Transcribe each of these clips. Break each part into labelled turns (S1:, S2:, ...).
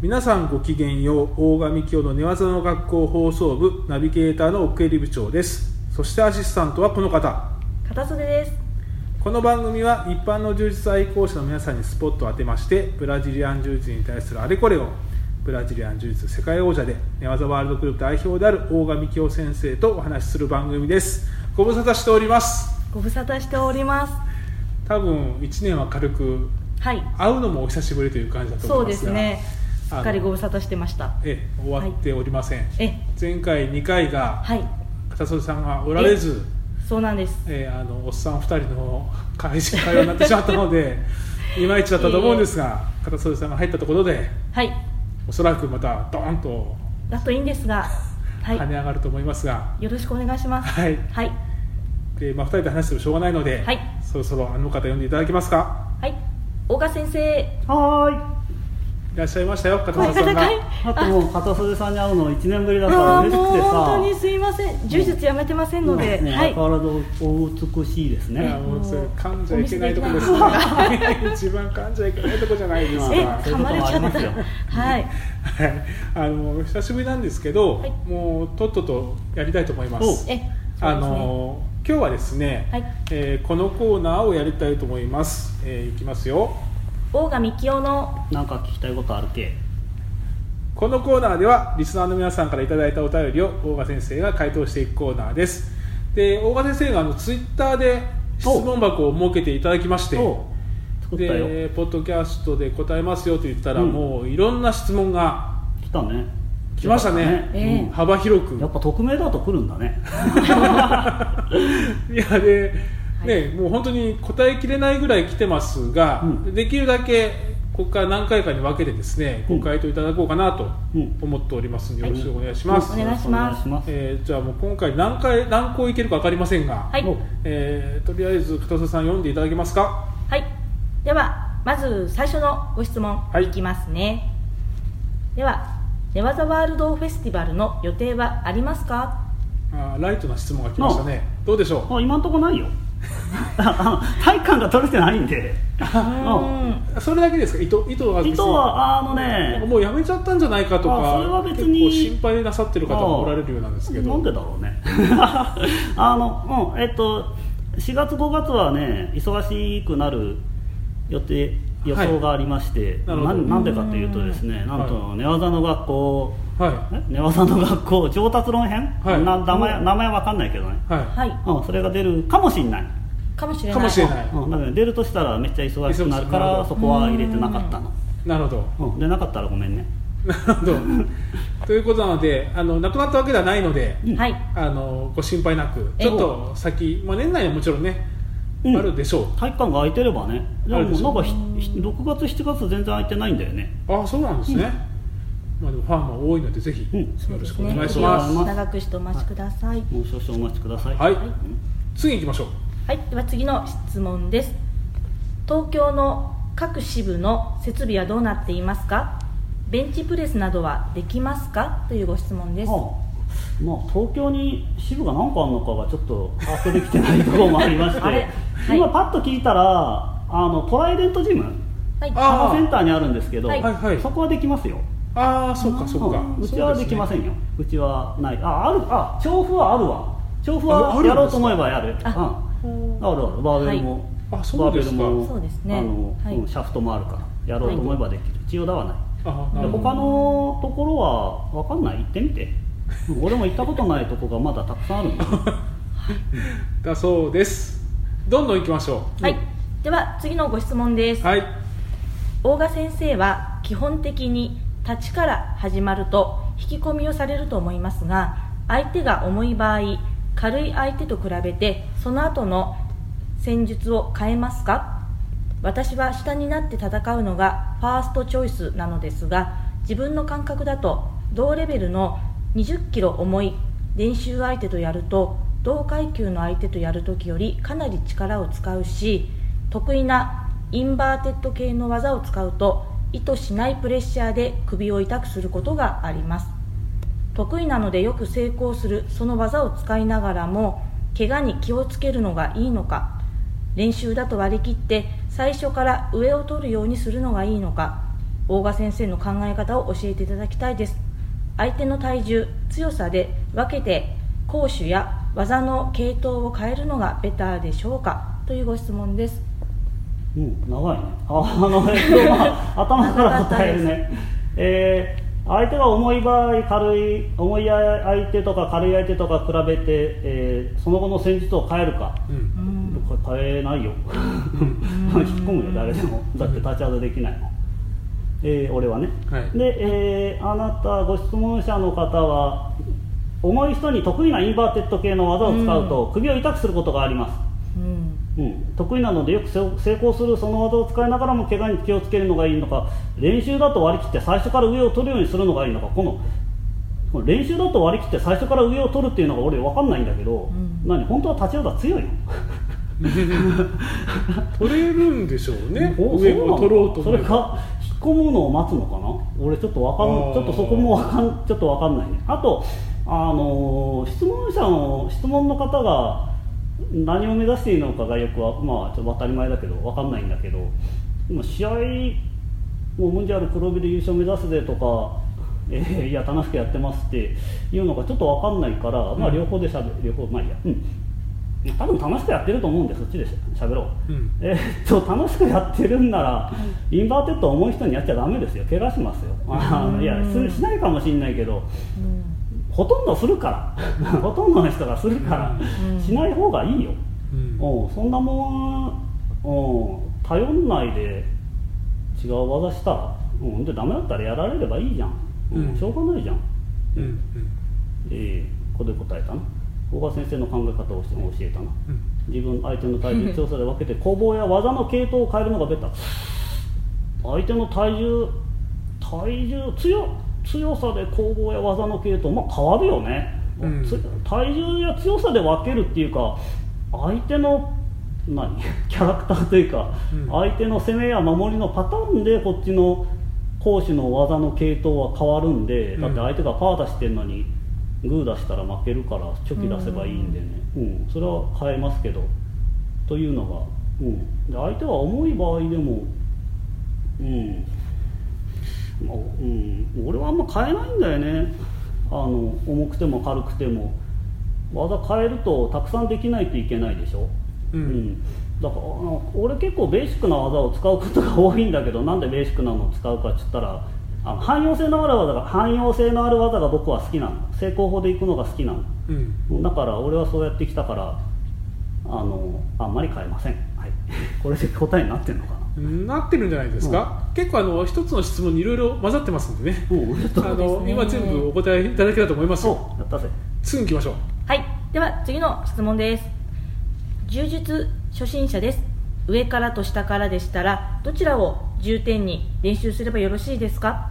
S1: 皆さんごきげんよう大神教の寝技の学校放送部ナビゲーターの奥襟部長ですそしてアシスタントはこの方
S2: 片袖です
S1: この番組は一般の柔術愛好者の皆さんにスポットを当てましてブラジリアン柔術に対するあれこれをブラジリアン柔術世界王者で寝技ワールドグループ代表である大神京先生とお話しする番組ですご無沙汰しております
S2: ご無沙汰しております
S1: 多分1年は軽く
S2: はい
S1: 会うのもお久しぶりという感じだと
S2: そう
S1: 思い
S2: で
S1: ます
S2: す
S1: が
S2: ねす
S1: あの
S2: っかりご無沙汰してました
S1: ええ終わっておりません、
S2: え
S1: 前回2回が
S2: はい
S1: 片袖さんがおられず、
S2: そうなんです
S1: えーあのおっさん2人の会社会話になってしまったの でいまいちだったと思うんですが、片袖さんが入ったところで
S2: はい
S1: おそらくまたドーンと
S2: だといいんですがは
S1: 跳ね
S2: い
S1: 上がると思いますが、
S2: よろしくお願いします
S1: はい
S2: はい
S1: でまあ、2人で話してもしょうがないので、
S2: はい
S1: そろそろあの方呼んでいただけますか
S2: はい大賀先生
S3: はい
S1: いらっしゃいましたよ片
S2: 声
S1: 袖さ
S2: が
S1: んが
S2: 高い
S3: あともう片袖さんに会うの1年ぶりだから
S2: あー
S3: 嬉し
S2: もう
S3: くてさ
S2: 本当にすいません柔術やめてませんので、
S3: ね、
S2: はい
S3: 相変わらずお美しいです
S1: いや
S3: ね
S1: もうそれ
S2: もう
S1: 噛んじゃいけ ないとこですね一番噛んじゃいけないとこじゃないですか
S2: え
S3: そうい
S2: 噛
S3: うこ
S2: ま
S3: と
S2: れち
S3: もあり
S2: ゃっ
S3: ますよ
S2: たはい
S1: はいあの久しぶりなんですけど、
S2: はい
S1: もうとっととやりたいと思います
S3: お
S2: えそうですね
S1: あの今日はですね、
S2: はい
S1: えーこのコーナーをやりたいと思います、えーいきますよ
S2: 大賀幹雄の
S3: なんか聞きたいことあるけ
S1: このコーナーではリスナーの皆さんからいただいたお便りを大賀先生が回答していくコーナーですで大賀先生があのツイッターで質問箱を設けていただきまして
S3: お作ったよ
S1: でポッドキャストで答えますよと言ったら、
S3: うん
S1: もういろんな質問が
S3: 来たね
S1: 来ましたね、
S2: ええ
S1: 幅広く
S3: うんやっぱ匿名だと来るんだね
S1: いやで、
S2: はい
S1: ね、もう本当に答えきれないぐらい来てますが、
S3: うん
S1: できるだけここから何回かに分けてですね
S3: うん
S1: ご回答いただこうかなと
S3: うん
S1: 思っておりますので、
S2: はい
S1: よろしくお願いします、
S2: お願いします
S3: お願いし
S1: えーじゃあもう今回何回何個いけるか分かりませんが、
S2: はい
S1: えーとりあえず片瀬さん読んでいただけますか
S2: はい、ではまず最初のご質問
S1: はい
S2: いきますね、では寝技ワールドフェスティバルの予定はありますか
S1: あーライトな質問が来ましたねどうでしょう
S3: あ今んとこないよ あの体感が取れてないんで
S2: うん
S1: それだけですか意図意図は別に
S3: 糸はあ
S1: な
S3: の
S1: んか
S3: ね
S1: もうやめちゃったんじゃないかとか
S3: あそれは別に
S1: 結構心配なさってる方もおられるようなんですけど
S3: なんでだろうね あのうんえっと4月5月はね忙しくなる予定予想がありまして、
S1: なるほど
S3: ななんでかというとですねなん
S1: は
S3: と寝技の学校、
S1: は
S3: え寝技の学校上達論編、
S1: はい
S3: な名
S1: う
S3: 前
S1: ん
S3: 名前わかんないけどね、
S1: いはい
S2: はい
S3: うん、それが出るかもしんない、
S2: かもしれない
S1: かもしれない
S3: うん、だから出るとしたらめっちゃ忙しくなるか
S1: 忙し
S3: ら
S1: くなる
S3: そこは入れてなかったの、
S1: なるほど
S3: うん、でなかったらごめんね
S1: なるほどということなのであのなくなったわけではないので
S2: はい
S1: あのご心配なく
S2: え
S1: ちょっと先、まあ、年内はもちろんね、
S3: うん
S1: あるでしょ
S3: 体育館が空いてればねで
S1: あ
S3: も
S1: るでしょ
S3: なんかひひ6月7月全然空いてないんだよね
S1: うああそうなんですね、まあ、でもファンも多いのでぜひ、
S3: うん
S1: よ
S2: そう
S1: ろ
S2: で
S1: し
S2: す
S1: くお
S2: ね
S1: 願いし
S3: お
S1: ま
S3: 願い
S1: す
S3: しま
S2: 長くしてお待ちください
S3: もう少々お待ちください
S1: はい、
S2: い
S1: 次行きましょう
S2: はい、では次の質問です東京の各支部の設備はどうなっていますかベンチプレスなどはできますかというご質問です
S3: ああまあ、東京に支部が何個あるのかがちょっと把握できてないところもありまして、
S2: あれはい
S3: 今パッと聞いたらあのトライデントジム
S2: はい
S1: あ
S3: サバセンターにあるんですけど、
S2: はい
S1: はいはい
S3: そこはできますよ
S1: ああそうかそうか
S3: うんうちはできませんようちはないああるあ調布はあるわ調布
S1: ああるん
S3: は
S1: ですか
S3: やろうと思えばやる
S2: あ
S3: うん、あるあるバーベルも、
S1: はいあそうですか
S3: バーベルも
S2: そうですね
S3: あの、
S2: はい
S3: うんシャフトもあるからやろうと思えばできる、千代田はない
S1: ああな
S3: で
S1: るほ
S3: 他のところは分かんない行ってみ てうん俺も行ったことないとこがまだたくさんあるん だ
S1: どだそうですどんどん行きましょう
S2: はい、では次のご質問です
S1: はい
S2: 大賀先生は基本的に立ちから始まると引き込みをされると思いますが相手が重い場合軽い相手と比べてその後の戦術を変えますか私は下になって戦うのがファーストチョイスなのですが自分の感覚だと同レベルの20キロ重い練習相手とやると同階級の相手とやるときよりかなり力を使うし得意なインバーテッド系の技を使うと意図しないプレッシャーで首を痛くすることがあります得意なのでよく成功するその技を使いながらも怪我に気をつけるのがいいのか練習だと割り切って最初から上を取るようにするのがいいのか大賀先生の考え方を教えていただきたいです相手の体重強さで分けて攻守や技の系統を変えるのがベターでしょうかというご質問です
S3: うん、長いね。ああの、えっと、まあ、頭から答えるね。えー相手が重い場合、軽い、重い相手とか軽い相手とか比べて、えーその後の戦術を変えるか。
S1: うん
S2: うん
S3: これ変えないよ。
S2: うん
S3: 引っ込むよ、誰でも。だって立ち技できないもん。えー俺はね。
S1: はい
S3: で、えーあなた、ご質問者の方は、重い人に得意なインバーテッド系の技を使うと、首を痛くすることがありま
S2: う
S3: す。
S2: ん
S3: うん、得意なのでよくせ成功するその技を使いながらも怪我に気をつけるのがいいのか練習だと割り切って最初から上を取るようにするのがいいのかこのこの練習だと割り切って最初から上を取るっていうのが俺分かんないんだけど、
S2: うん
S3: 何本当は立ち技強いの
S1: 取れるんでしょうね
S3: お
S1: 上を取ろうと
S3: そ
S1: 思
S3: れ
S1: えば
S3: か引っ込むのを待つのかな俺ちょっとわかん
S1: あー
S3: ちょっとそこもわかんちょっとわかんないねあとあのー質問者の質問の方が何を目指しているのかがよくはまあちょっと当たり前だけどわかんないんだけど今試合もうムンジャール黒ビで優勝目指すでとかえーいや楽しくやってますっていうのがちょっとわかんないから、まあ
S1: うん
S3: 両方でしゃべ両方まあいいやうん多分楽しくやってると思うんでそっちでしゃべろう
S1: うん
S3: えーっと楽しくやってるんなら、インバーテッド重い人にやっちゃだめですよ、怪我しますよ、あーいやすしないかもしれないけ
S2: う
S3: ど、
S2: ん
S3: ほとんどするから、ほとんどの人がするから、
S2: うん
S3: しない方がいいよ、
S1: うん
S3: うん、そんなもん、うん、頼んないで違う技したら、うん、でダメだったらやられればいいじゃん、うん
S1: うん
S3: しょうがないじゃん、
S1: うんうん
S3: えーここで答えたな、大川先生の考え方を教えた
S1: う
S3: な。
S1: ん
S3: 自分相手の体重強さで分けて攻防や技の系統を変えるのがベター相手の体重体重強強さで攻防や技の系統まあ変わるよね、
S1: うん
S3: つ体重や強さで分けるっていうか相手の何 キャラクターというか、
S1: うん
S3: 相手の攻めや守りのパターンでこっちの攻守の技の系統は変わるんでだって相手がパー出してるのにグー出したら負けるからチョキ出せばいいんでね、うんそれは変えますけどというのが、うん、で相手は重い場合でも、うんまあうん、俺はあんま変えないんだよねあの重くても軽くても技変えるとたくさんできないといけないでしょ、
S1: うん
S3: だからあの俺結構ベーシックな技を使うことが多いんだけどなんでベーシックなのを使うかって言ったらあの汎用性のある技が汎用性のある技が僕は好きなの成功法でいくのが好きなの
S1: うん
S3: だから俺はそうやってきたからあのあんまり変えません、はい、 これで答えになってるのかな
S1: なってるんじゃないですか、結構あの一つの質問にいろいろ混ざってますんでね
S3: うんちょっ
S1: あ
S3: と
S1: の今全部お答えいただけたと思いますよ
S3: そうやったぜ
S1: 次行きましょう
S2: はい、では次の質問です。柔術初心者です。上からと下からでしたら、どちらを重点に練習すればよろしいですか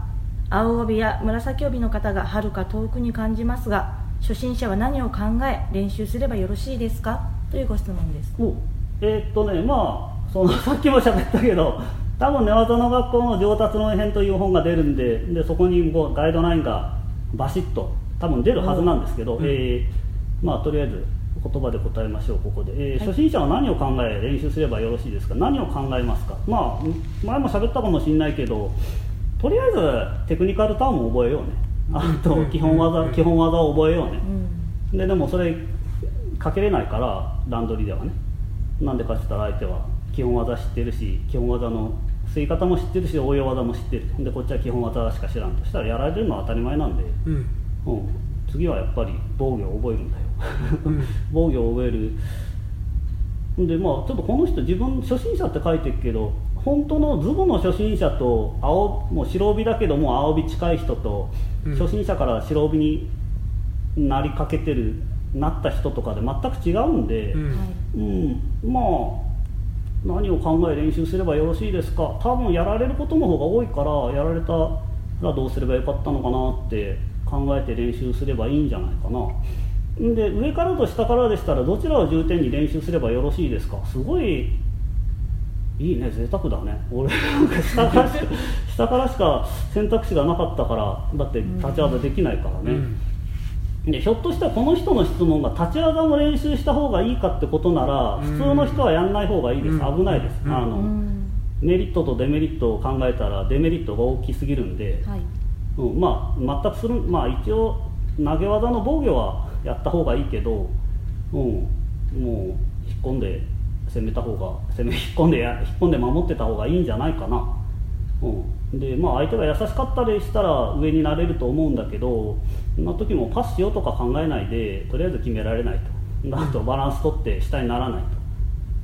S2: 青帯や紫帯の方がはるか遠くに感じますが、初心者は何を考え練習すればよろしいですかというご質問です。
S3: おえーっとねまあその さっきも喋ったけど多分寝技の学校の上達の編という本が出るんででそこにこうガイドラインがバシッと多分出るはずなんですけど、
S1: うん
S3: えーまあとりあえず言葉で答えましょうここで、えー
S2: はい
S3: 初心者は何を考え練習すればよろしいですか何を考えますかまあ前も喋ったかもしれないけどとりあえずテクニカルターンを覚えようねあと基本
S1: うん
S3: 技基本技を覚えようね、
S2: うん、
S3: ででもそれかけれないから段取りではねなんでかって言ったら相手は基本技知ってるし基本技の吸い方も知ってるし応用技も知ってるでこっちは基本技しか知らんとしたらやられるのは当たり前なんで、
S1: うん
S3: うん、次はやっぱり防御を覚えるんだ
S1: う
S3: よ、
S1: ん
S3: 防御を覚えるでまあちょっとこの人自分初心者って書いてるけど本当のズボの初心者と青もう白帯だけどもう青帯近い人と、
S1: うん
S3: 初心者から白帯になりかけてるなった人とかで全く違うんで、
S1: うん
S2: はい、
S3: うん、まあ何を考え練習すればよろしいですか多分やられることの方が多いからやられたらどうすればよかったのかなって考えて練習すればいいんじゃないかなんで上からと下からでしたらどちらを重点に練習すればよろしいですかすごいいいね贅沢だね俺なんか下か らしか下からしか選択肢がなかったからだって立ち技できないからね、
S1: うん
S3: でひょっとしたらこの人の質問が立ち技も練習した方がいいかってことなら
S1: うん
S3: 普通の人はやんない方がいいです、
S1: うん
S3: 危ないです、
S1: うん
S3: あ
S2: う
S3: の
S2: ん、
S3: メリットとデメリットを考えたらデメリットが大きすぎるんで、
S2: はい
S3: うん、まあ全くするまあ一応投げ技の防御はやった方がいいけど、うん、もう引っ込んで攻めた方が攻め引っ込んでや引っ込んで守ってた方がいいんじゃないかな、うん、でまあ相手が優しかったりしたら上になれると思うんだけどそんな時もパスしようとか考えないでとりあえず決められないとあ とバランス取って下にならない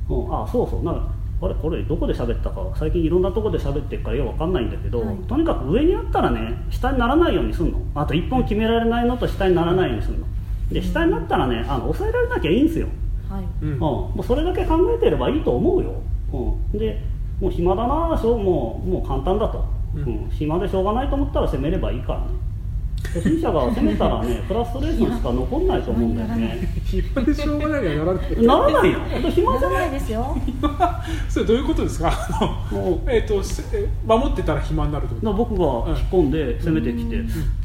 S3: と、うん、あそうそうなんかあれこれどこで喋ったか最近いろんなとこで喋ってるからよくわかんないんだけど、
S2: はい
S3: とにかく上にあったらね下にならないようにすんのあと1本決められないのと下にならないようにすんので下になったらねあの抑えられなきゃいいんですよ、
S2: はい
S1: うん
S3: うん、もうそれだけ考えてればいいと思うよ、うん、でもう暇だなしょうもうもう簡単だと、
S1: う
S3: うんん暇でしょうがないと思ったら攻めればいいからね初心者が攻めたら ねフラストレーションしか残んないと思うんだよね
S1: 暇でしょうがないからやらない
S3: ならないよ暇
S2: な
S3: じ
S2: ら
S3: ゃな
S2: ないいですよ
S1: それどういうことですかあの
S3: もう
S1: えっとせえ守ってたら暇になるってこと
S3: だから僕が引っ込んで攻めてきて、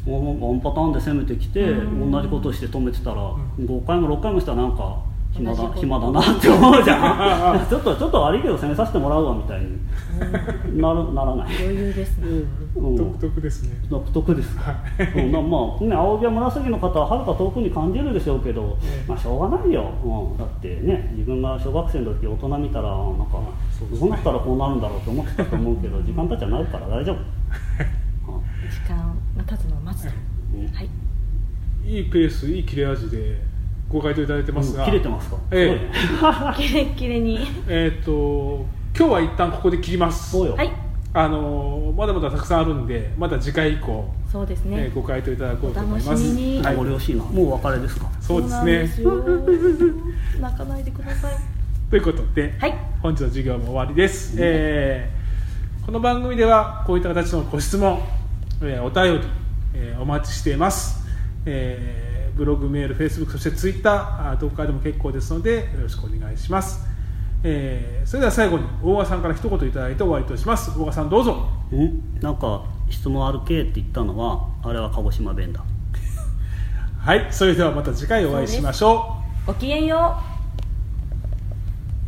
S3: ワンパターンで攻めてきて、
S2: うん
S3: 同じことして止めてたら、
S1: ん
S3: 5回も6回もしたらなんか
S2: 同
S3: 暇
S2: じこ
S3: だ
S2: と
S3: 暇だなって思うじゃ
S1: ああ
S3: ん ちょっとちょっと悪いけど攻めさせてもらうわみたいになるならない
S2: 余裕ですね
S1: うん
S3: うん
S1: 独特ですね
S3: 独特です
S1: は
S3: か、
S1: い
S3: うんなまあね、青木や紫の方ははるか遠くに感じるでしょうけど、
S1: ええ
S3: まあ、しょうがないよ、うん、だってね自分が小学生の時大人見たらなんか
S1: そうですね
S3: どうなったらこうなるんだろうと思ってたと思うけど時間経っちゃなるから 大丈夫、
S2: 時間が経つのを待つと
S3: うん
S2: はい
S1: いいペースいい切れ味でご回答いただいてますが、
S3: うん切れてますか、
S1: ええ
S3: すごいね
S2: キレッキレに
S1: えっ、と今日は一旦ここで切ります
S3: そうよ、
S2: はい
S1: あのーまだまだたくさんあるんでまた次回以降、
S2: そうです
S1: えー
S2: ね
S1: ご回答いただこうと思います
S2: お楽しみ に
S1: は
S3: 名
S1: い
S3: 残惜しいなもうお別れですか
S1: そうですね
S2: そうなんですよ 泣かないでください
S1: ということで、
S2: はい
S1: 本日の授業も終わりです、えーこの番組ではこういった形のご質問、えーお便り、えーお待ちしています、えーブログメールフェイスブックそしてツイッターどこからでも結構ですのでよろしくお願いします、えーそれでは最後に大賀さんから一言いただいて終わりとします大賀さんどうぞ
S3: うんなんか質問あるけって言ったのはあれは鹿児島弁だ
S1: はいそれではまた次回お会いしましょう
S2: ごきげんよう